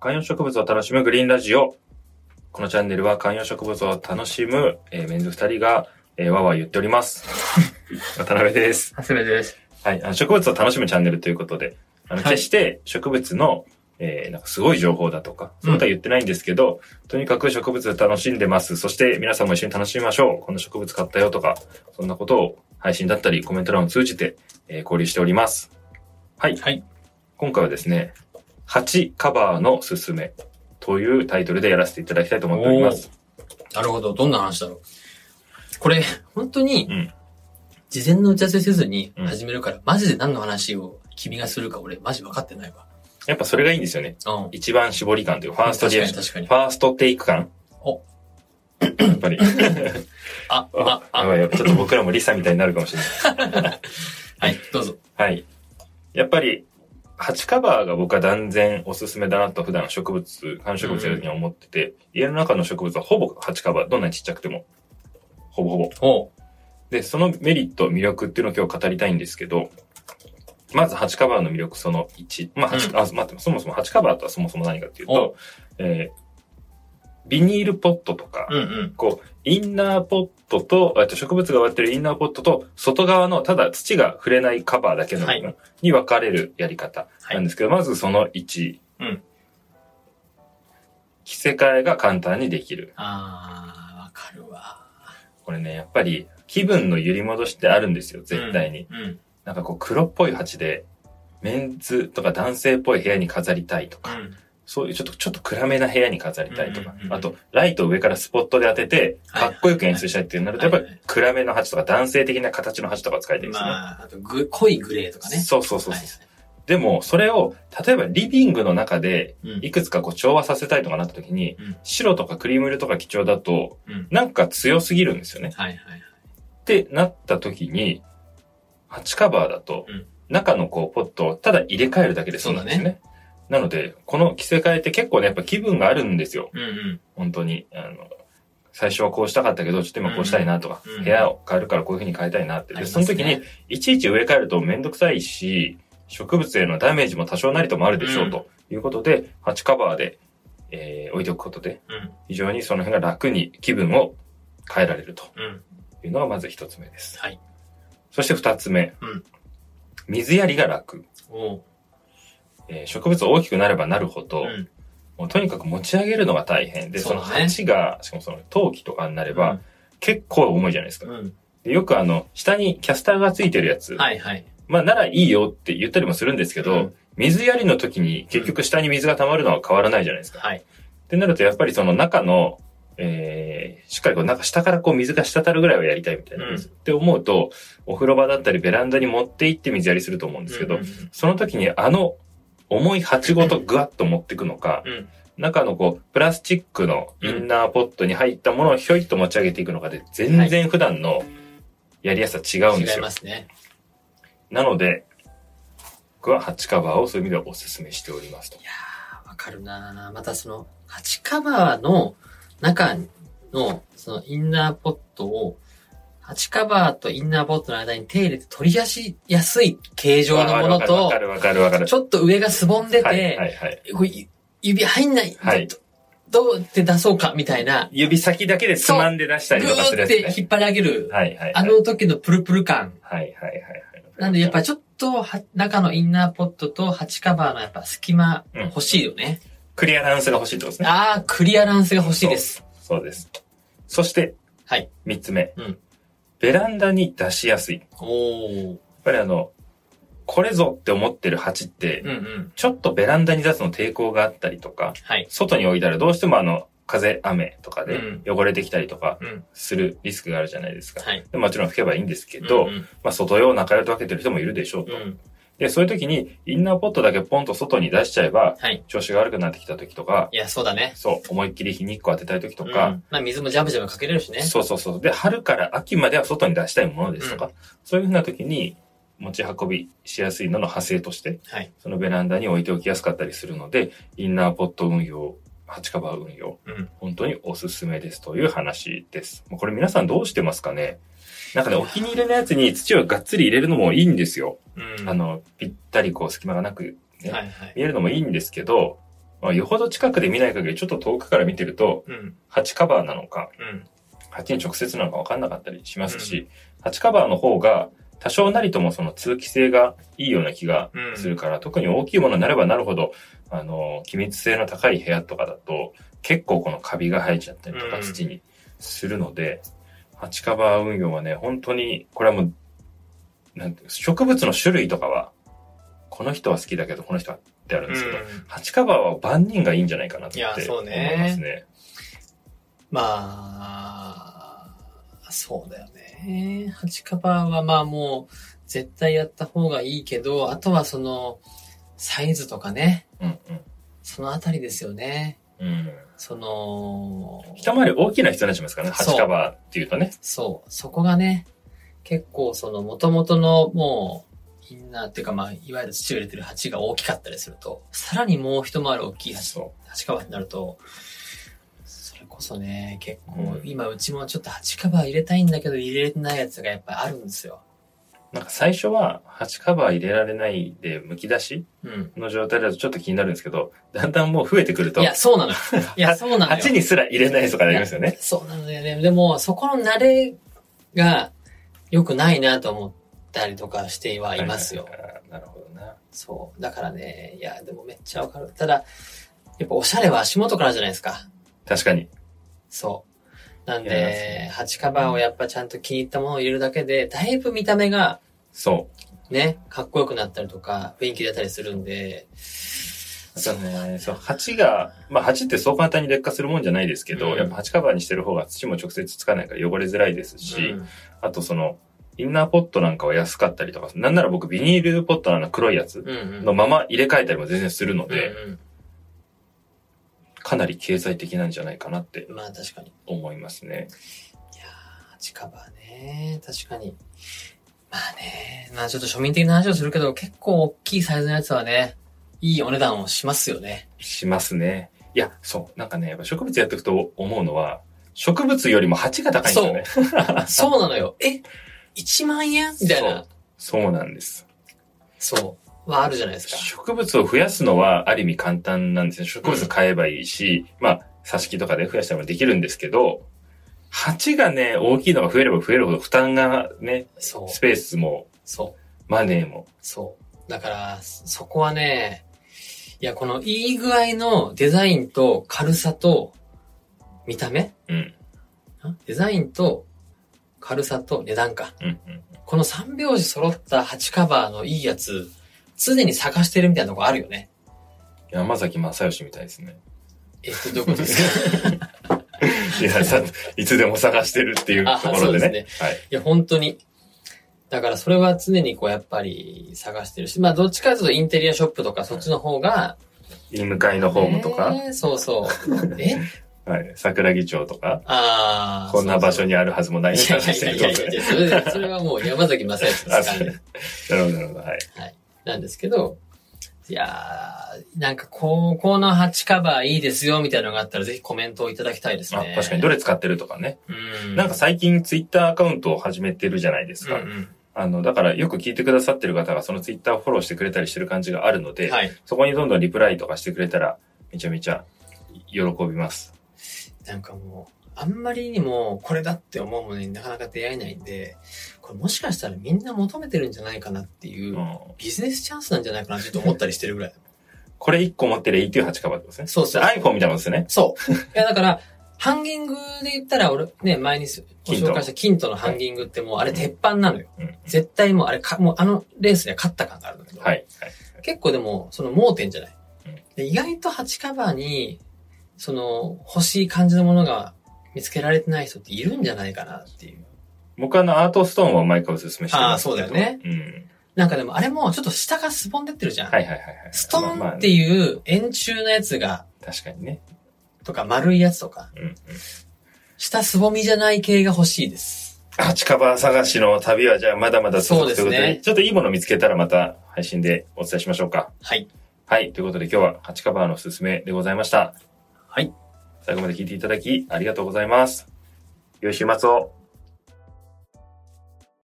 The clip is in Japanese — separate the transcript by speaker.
Speaker 1: 観葉植物を楽しむグリーンラジオ。このチャンネルは観葉植物を楽しむ、えーメンズ二人が、えー、わーわー言っております。渡辺です。
Speaker 2: はすめです。
Speaker 1: はい、あの植物を楽しむチャンネルということで、あの
Speaker 2: はい
Speaker 1: 決して植物の、えーなんかすごい情報だとか、そういうことは言ってないんですけど、とにかく植物楽しんでます。そして皆さんも一緒に楽しみましょう。この植物買ったよとか、そんなことを配信だったりコメント欄を通じて、えー交流しております。はい。
Speaker 2: はい
Speaker 1: 今回はですね、8カバーのすすめというタイトルでやらせていただきたいと思っております。
Speaker 2: なるほど。どんな話だろう。これ、本当に、
Speaker 1: うん
Speaker 2: 事前の打ち合わせせずに
Speaker 1: うん
Speaker 2: 始めるから、マジで何の話を君がするか俺、マジ分かってないわ。
Speaker 1: やっぱそれがいいんですよね。
Speaker 2: うん。
Speaker 1: 一番絞り感というファーストリ
Speaker 2: 確
Speaker 1: ア
Speaker 2: か
Speaker 1: ク
Speaker 2: に
Speaker 1: ション
Speaker 2: 確かに
Speaker 1: フ。ァーストテイク感
Speaker 2: お
Speaker 1: やっぱり。
Speaker 2: あ、 あ、
Speaker 1: や
Speaker 2: あ、
Speaker 1: ばいやばいちょっと僕らもリサみたいになるかもしれない。
Speaker 2: はい、どうぞ。
Speaker 1: はい。やっぱり、鉢カバーが僕は断然おすすめだなと普段植物、観葉植物やるには思ってて、家の中の植物はほぼ鉢カバー、どんなにちっちゃくても。ほぼほぼ。
Speaker 2: おう。
Speaker 1: で、そのメリット、魅力っていうのを今日語りたいんですけど、まず鉢カバーの魅力その1。まあ、鉢
Speaker 2: うん
Speaker 1: あ、待って、そもそも鉢カバーとはそもそも何かっていうと、えービニールポットとか、
Speaker 2: うんうん。
Speaker 1: こう、インナーポットと、えっと植物が植わってるインナーポットと、外側の、ただ土が触れないカバーだけの部分
Speaker 2: は
Speaker 1: に分かれるやり方なんですけど、まずその1。
Speaker 2: うん
Speaker 1: 着せ替えが簡単にできる。
Speaker 2: あー、わかるわ。
Speaker 1: これね、やっぱり気分の揺り戻しってあるんですよ、絶対に。
Speaker 2: うん。
Speaker 1: なんかこう、黒っぽい鉢で、メンズとか男性っぽい部屋に飾りたいと
Speaker 2: う
Speaker 1: か、
Speaker 2: ん。
Speaker 1: そういうちょっと、ちょっと暗めな部屋に飾りたいとか
Speaker 2: うんうんう、ん
Speaker 1: あと、ライトを上からスポットで当てて、
Speaker 2: はい
Speaker 1: かっこよく演出したいってなると、やっぱり
Speaker 2: はいはい
Speaker 1: 暗めの鉢とか男性的な形の鉢とか使いたいですね。
Speaker 2: まあ、あと、ぐ、濃いグレーとかね。
Speaker 1: そうそうそう
Speaker 2: はい
Speaker 1: そう。でも、それを、例えばリビングの中で、
Speaker 2: うん
Speaker 1: いくつかこう調和させたいとかなった時に
Speaker 2: うん、
Speaker 1: 白とかクリーム色とか貴重だと
Speaker 2: うん、
Speaker 1: なんか強すぎるんですよね。
Speaker 2: はいはい。
Speaker 1: ってなった時に、鉢カバーだと
Speaker 2: うん、
Speaker 1: 中のこうポットをただ入れ替えるだけで済むんです
Speaker 2: そうだ
Speaker 1: ね。なので、この着せ替えって結構ね、やっぱ気分があるんですよ。
Speaker 2: うんうん。
Speaker 1: 本当に。あの、最初はこうしたかったけど、ちょっと今こうしたいなとか、
Speaker 2: うんうん
Speaker 1: 部屋を変えるからこういう風に変えたいなって。
Speaker 2: あ
Speaker 1: で、
Speaker 2: り
Speaker 1: そ
Speaker 2: ま
Speaker 1: の
Speaker 2: すね
Speaker 1: 時に、、いちいち植え替えるとめんどくさいし、植物へのダメージも多少なりともあるでしょう、
Speaker 2: うん
Speaker 1: ということで、鉢カバーで、えー置いておくことで、
Speaker 2: うん
Speaker 1: 非常にその辺が楽に気分を変えられると
Speaker 2: うん。
Speaker 1: いうのがまず一つ目です。
Speaker 2: はい。
Speaker 1: そして二つ目。
Speaker 2: うん
Speaker 1: 水やりが楽。
Speaker 2: おう。
Speaker 1: えー植物大きくなればなるほど、
Speaker 2: うん。
Speaker 1: もうとにかく持ち上げるのが大変で、そ
Speaker 2: そう
Speaker 1: の
Speaker 2: だね
Speaker 1: 鉢が、しかもその陶器とかになれば、結構重いじゃないですか
Speaker 2: う。ん。
Speaker 1: でよくあの、下にキャスターがついてるやつ、
Speaker 2: はいはい。
Speaker 1: まあならいいよって言ったりもするんですけど、
Speaker 2: うん
Speaker 1: 水やりの時に結局下に水が溜まるのは変わらないじゃないですか。
Speaker 2: はい。
Speaker 1: ってなるとやっぱりその中の、えー、しっかりこうなんか下からこう水が滴るぐらいはやりたいみたいな、
Speaker 2: うん
Speaker 1: って思うと、お風呂場だったりベランダに持って行って水やりすると思うんですけど、
Speaker 2: うん
Speaker 1: その時にあの重い鉢ごとぐわっと持ってくのか、
Speaker 2: うん
Speaker 1: 中のこう、プラスチックのインナーポットに入ったものをひょいっと持ち上げていくのかで、全然普段のやりやすさ違うんです
Speaker 2: 違い
Speaker 1: よ。
Speaker 2: ますね。
Speaker 1: なので、僕はハッチカバーをそういう意味ではお勧めしておりますと
Speaker 2: い。やー、わかるなーまたその、鉢カバーの中の、そのインナーポットを、鉢カバーとインナーポットの間に手入れて取り出しやすい形状のもの
Speaker 1: わ
Speaker 2: と
Speaker 1: か、るわかるわかるわかる。
Speaker 2: ちょっと上がすぼんでて、
Speaker 1: はいはいはい。
Speaker 2: これゆ指入んない、
Speaker 1: はい
Speaker 2: どどうやって出そうかみたいな、
Speaker 1: 指先だけでつまんで出した
Speaker 2: ぐ
Speaker 1: りとかする
Speaker 2: ー
Speaker 1: や
Speaker 2: っ
Speaker 1: つ
Speaker 2: て
Speaker 1: ね。
Speaker 2: 引っ張り上げる、
Speaker 1: はいはいはい。
Speaker 2: あ、の時のプルプル感。
Speaker 1: はいはいはいはい。
Speaker 2: なんでやっぱりちょっとは中のインナーポットと鉢カバーのやっぱ隙間
Speaker 1: うん
Speaker 2: 欲しいよね。
Speaker 1: クリアランスが欲しいってことですね。
Speaker 2: ああ、クリアランスが欲しいです。
Speaker 1: そうです。そして、
Speaker 2: はい。
Speaker 1: 三つ目。
Speaker 2: うん
Speaker 1: ベランダに出しやすい。やっ
Speaker 2: おー。
Speaker 1: ぱりあの、これぞって思ってる鉢って、
Speaker 2: うんうん。
Speaker 1: ちょっとベランダに出すの抵抗があったりとか、
Speaker 2: はい。
Speaker 1: 外に置いたらどうしてもあの、風、雨とか
Speaker 2: う
Speaker 1: で
Speaker 2: ん
Speaker 1: 汚れてきたりとか
Speaker 2: うん。
Speaker 1: するリスクがあるじゃないですか。
Speaker 2: はい。
Speaker 1: でもちろん拭けばいいんですけど、
Speaker 2: うん
Speaker 1: まあ外用、中用と分けてる人もいるでしょうと。
Speaker 2: うん、うん。
Speaker 1: で、そういう時にインナーポットだけポンと外に出しちゃえば、
Speaker 2: はい。
Speaker 1: 調子が悪くなってきた時とか、
Speaker 2: いや、そうだね。
Speaker 1: そう、思いっきり日に日光当てたい時と
Speaker 2: と
Speaker 1: か、
Speaker 2: まあ、水もジャブジャブかけれるしね。
Speaker 1: そうそうそう。で、春から秋までは外に出したいものですとか、そういうふうな時に持ち運びしやすいのの派生として、
Speaker 2: はい。
Speaker 1: そのベランダに置いておきやすかったりするので、インナーポット運用、鉢カバー運用、
Speaker 2: うん。
Speaker 1: 本当におすすめですという話です。もうこれ皆さんどうしてますかねなんかね、お気に入りのやつに土をがっつり入れるのもいいんですよ。
Speaker 2: うん。
Speaker 1: あの、ぴったりこう隙間がなくね、
Speaker 2: はいはい。
Speaker 1: 見えるのもいいんですけど、まあ、よほど近くで見ない限り、ちょっと遠くから見てると、
Speaker 2: うん。
Speaker 1: 鉢カバーなのか、
Speaker 2: うん。
Speaker 1: 鉢に直接なのか分かんなかったりしますし、鉢カバーの方が、多少なりともその通気性がいいような気が
Speaker 2: うん。
Speaker 1: するから、特に大きいものになればなるほど、あの、気密性の高い部屋とかだと、結構このカビが生えちゃったりと
Speaker 2: う
Speaker 1: か
Speaker 2: ん
Speaker 1: 土にするので、鉢カバー運用はね、本当に、これはもう、なんていうの植物の種類とかは、この人は好きだけど、この人はってあるんですけど、
Speaker 2: うん
Speaker 1: 鉢カバーは万人がいいんじゃないかなって
Speaker 2: い
Speaker 1: 思い
Speaker 2: や
Speaker 1: ます
Speaker 2: そうね
Speaker 1: ね。
Speaker 2: まあ、そうだよね。鉢カバーはまあもう、絶対やった方がいいけど、あとはその、サイズとかね。
Speaker 1: うん
Speaker 2: そのあたりですよね。
Speaker 1: うん。うん。
Speaker 2: その、
Speaker 1: 一回り大きな人になっちゃいますからね、
Speaker 2: そう
Speaker 1: 鉢カバーっていうとね。
Speaker 2: そう、そこがね、結構その元々のもう、インナーっていうかまあ、いわゆる土を入れてる鉢が大きかったりすると、さらにもう一回り大きい鉢、
Speaker 1: そ
Speaker 2: 鉢カバーになると、それこそね、結構
Speaker 1: う、ん
Speaker 2: 今うちもちょっと鉢カバー入れたいんだけど入れれてないやつがやっぱりあるんですよ。
Speaker 1: う。なんか最初は、鉢カバー入れられないで、むき出し
Speaker 2: うん。
Speaker 1: の状態だとちょっと気になるんですけど、だんだんもう増えてくると
Speaker 2: い、や、そうなの よ。いや、そうなのよ。
Speaker 1: 鉢にすら入れないとかなりますよね。
Speaker 2: そうなのよね。でも、そこの慣れが良くないなと思ったりとかしてはいますよ
Speaker 1: は。いはいはい。なるほどな。
Speaker 2: そう。だからね、いや、でもめっちゃわかる。ただ、やっぱおしゃれは足元からじゃないですか。
Speaker 1: 確かに。
Speaker 2: そう。なん
Speaker 1: いや
Speaker 2: で、鉢カバーをやっぱちゃんと気に入ったものを入れるだけで、だいぶ見た目が
Speaker 1: そう。
Speaker 2: ね、かっこよくなったりとか、雰囲気出たりするんで、
Speaker 1: あとね、そう、鉢が、まあ鉢ってそう簡単に劣化するもんじゃないですけど、
Speaker 2: うん
Speaker 1: やっぱ鉢カバーにしてる方が土も直接つかないから汚れづらいですし、
Speaker 2: うん
Speaker 1: あとその、インナーポットなんかは安かったりとか、なんなら僕ビニールポットのあの黒いやつ
Speaker 2: うんうん。
Speaker 1: のまま入れ替えたりも全然するの
Speaker 2: うん
Speaker 1: で、かなり経済的なんじゃないかなって
Speaker 2: うん、まあ確かに。
Speaker 1: 思いますね。
Speaker 2: いやー鉢カバーね、確かに。まあね、まあちょっと庶民的な話をするけど、結構大きいサイズのやつはね、いいお値段をします よね。
Speaker 1: しますね。いや、そう。なんかね、やっぱ植物やっていくと思うのは、植物よりも鉢が高いんですよね。そう
Speaker 2: そうなのよ。え ?1 万円みたいな。
Speaker 1: なんです。
Speaker 2: そう。はあるじゃないですか。
Speaker 1: 植物を増やすのはある意味簡単なんですね。植物買えばいいし、まあ、挿し木とかで増やしたりもできるんですけど、鉢がね、大きいのが増えれば増えるほど負担がね、
Speaker 2: そう。
Speaker 1: スペースも
Speaker 2: そう。
Speaker 1: マネーも。
Speaker 2: そう。だから、そこはね、いや、このいい具合のデザインと軽さと見た目
Speaker 1: うん。
Speaker 2: んデザインと軽さと値段か。
Speaker 1: うんうん。
Speaker 2: この3拍子揃った鉢カバーのいいやつ、常に探してるみたいなとこあるよね。
Speaker 1: 山崎正義みたいですね。
Speaker 2: え、どういうこと ですか
Speaker 1: いや、さ、いつでも探してるっていうところで
Speaker 2: あそう
Speaker 1: ね
Speaker 2: で。
Speaker 1: はい。
Speaker 2: いや、本当に。だからそれは常にこうやっぱり探してるし、まあどっちかというとインテリアショップとかそっちの方が、
Speaker 1: 犬向かいのホームとか、
Speaker 2: ねそ うそう。え
Speaker 1: はい。桜木町とか、
Speaker 2: ああ。
Speaker 1: こんな場所
Speaker 2: に。
Speaker 1: にあるはずもない
Speaker 2: い
Speaker 1: みた
Speaker 2: や
Speaker 1: い
Speaker 2: い
Speaker 1: な
Speaker 2: や
Speaker 1: 話し
Speaker 2: い
Speaker 1: て
Speaker 2: や
Speaker 1: るっ
Speaker 2: い
Speaker 1: てこ
Speaker 2: や
Speaker 1: と
Speaker 2: い
Speaker 1: で
Speaker 2: や、それそれはもう山崎正義ですからね。
Speaker 1: なるほど、なるほど。はい。
Speaker 2: なんですけど、いやー、なんかこう、この鉢カバーいいですよみたいなのがあったらぜひコメントをいただきたいです
Speaker 1: あ
Speaker 2: ね。
Speaker 1: 確かに、どれ使ってるとかね。
Speaker 2: うん。
Speaker 1: なんか最近ツイッターアカウントを始めてるじゃないですか。
Speaker 2: うん
Speaker 1: あの、だからよく聞いてくださってる方がそのツイッターをフォローしてくれたりしてる感じがあるの
Speaker 2: うん
Speaker 1: で、
Speaker 2: はい。
Speaker 1: そこにどんどんリプライとかしてくれたら、めちゃめちゃ喜びます。
Speaker 2: なんかもう、あんまりにもこれだって思うものになかなか出会えないんで、これもしかしたらみんな求めてるんじゃないかなっていうう、
Speaker 1: ん、
Speaker 2: ビジネスチャンスなんじゃないかなってちょっと思ったりしてるぐらい。
Speaker 1: これ1個持ってりゃいいっていう8カバーってことですね。
Speaker 2: そうそう。
Speaker 1: iPhone みたいなもんですよね。
Speaker 2: そう。いや、だから、ハンギングで言ったら、俺、ね、前にすご
Speaker 1: キント
Speaker 2: 紹介したキントのハンギングってもう、あれ鉄板なのよ。
Speaker 1: うん
Speaker 2: 絶対もう、あれか、もうあのレースには勝った感があるんだけど。
Speaker 1: はい。
Speaker 2: 結構でも、その盲点じゃない
Speaker 1: うん。
Speaker 2: で意外と鉢カバーに、その、欲しい感じのものが見つけられてない人っているんじゃないかなっていう。
Speaker 1: 僕はあの、アートストーンは毎回おすすめしてますけど
Speaker 2: あーそうだよね。
Speaker 1: うん。
Speaker 2: なんかでも、あれもちょっと下がすぼんでってるじゃん。
Speaker 1: はいはいはいはい。
Speaker 2: スト
Speaker 1: まあま
Speaker 2: ーン
Speaker 1: あ
Speaker 2: っていう円柱のやつが、
Speaker 1: 確かにね。
Speaker 2: とか丸いやつとか、
Speaker 1: うんうん。
Speaker 2: 下すぼみじゃない系が欲しいです。
Speaker 1: あ、近場探しの旅はじゃあまだまだ続くということで、
Speaker 2: そうですね
Speaker 1: ちょっといいもの見つけたらまた配信でお伝えしましょうか。
Speaker 2: はい。
Speaker 1: はい。ということで今日は8カバーのおすすめでございました。
Speaker 2: はい。
Speaker 1: 最後まで聞いていただきありがとうございます。良い週末を。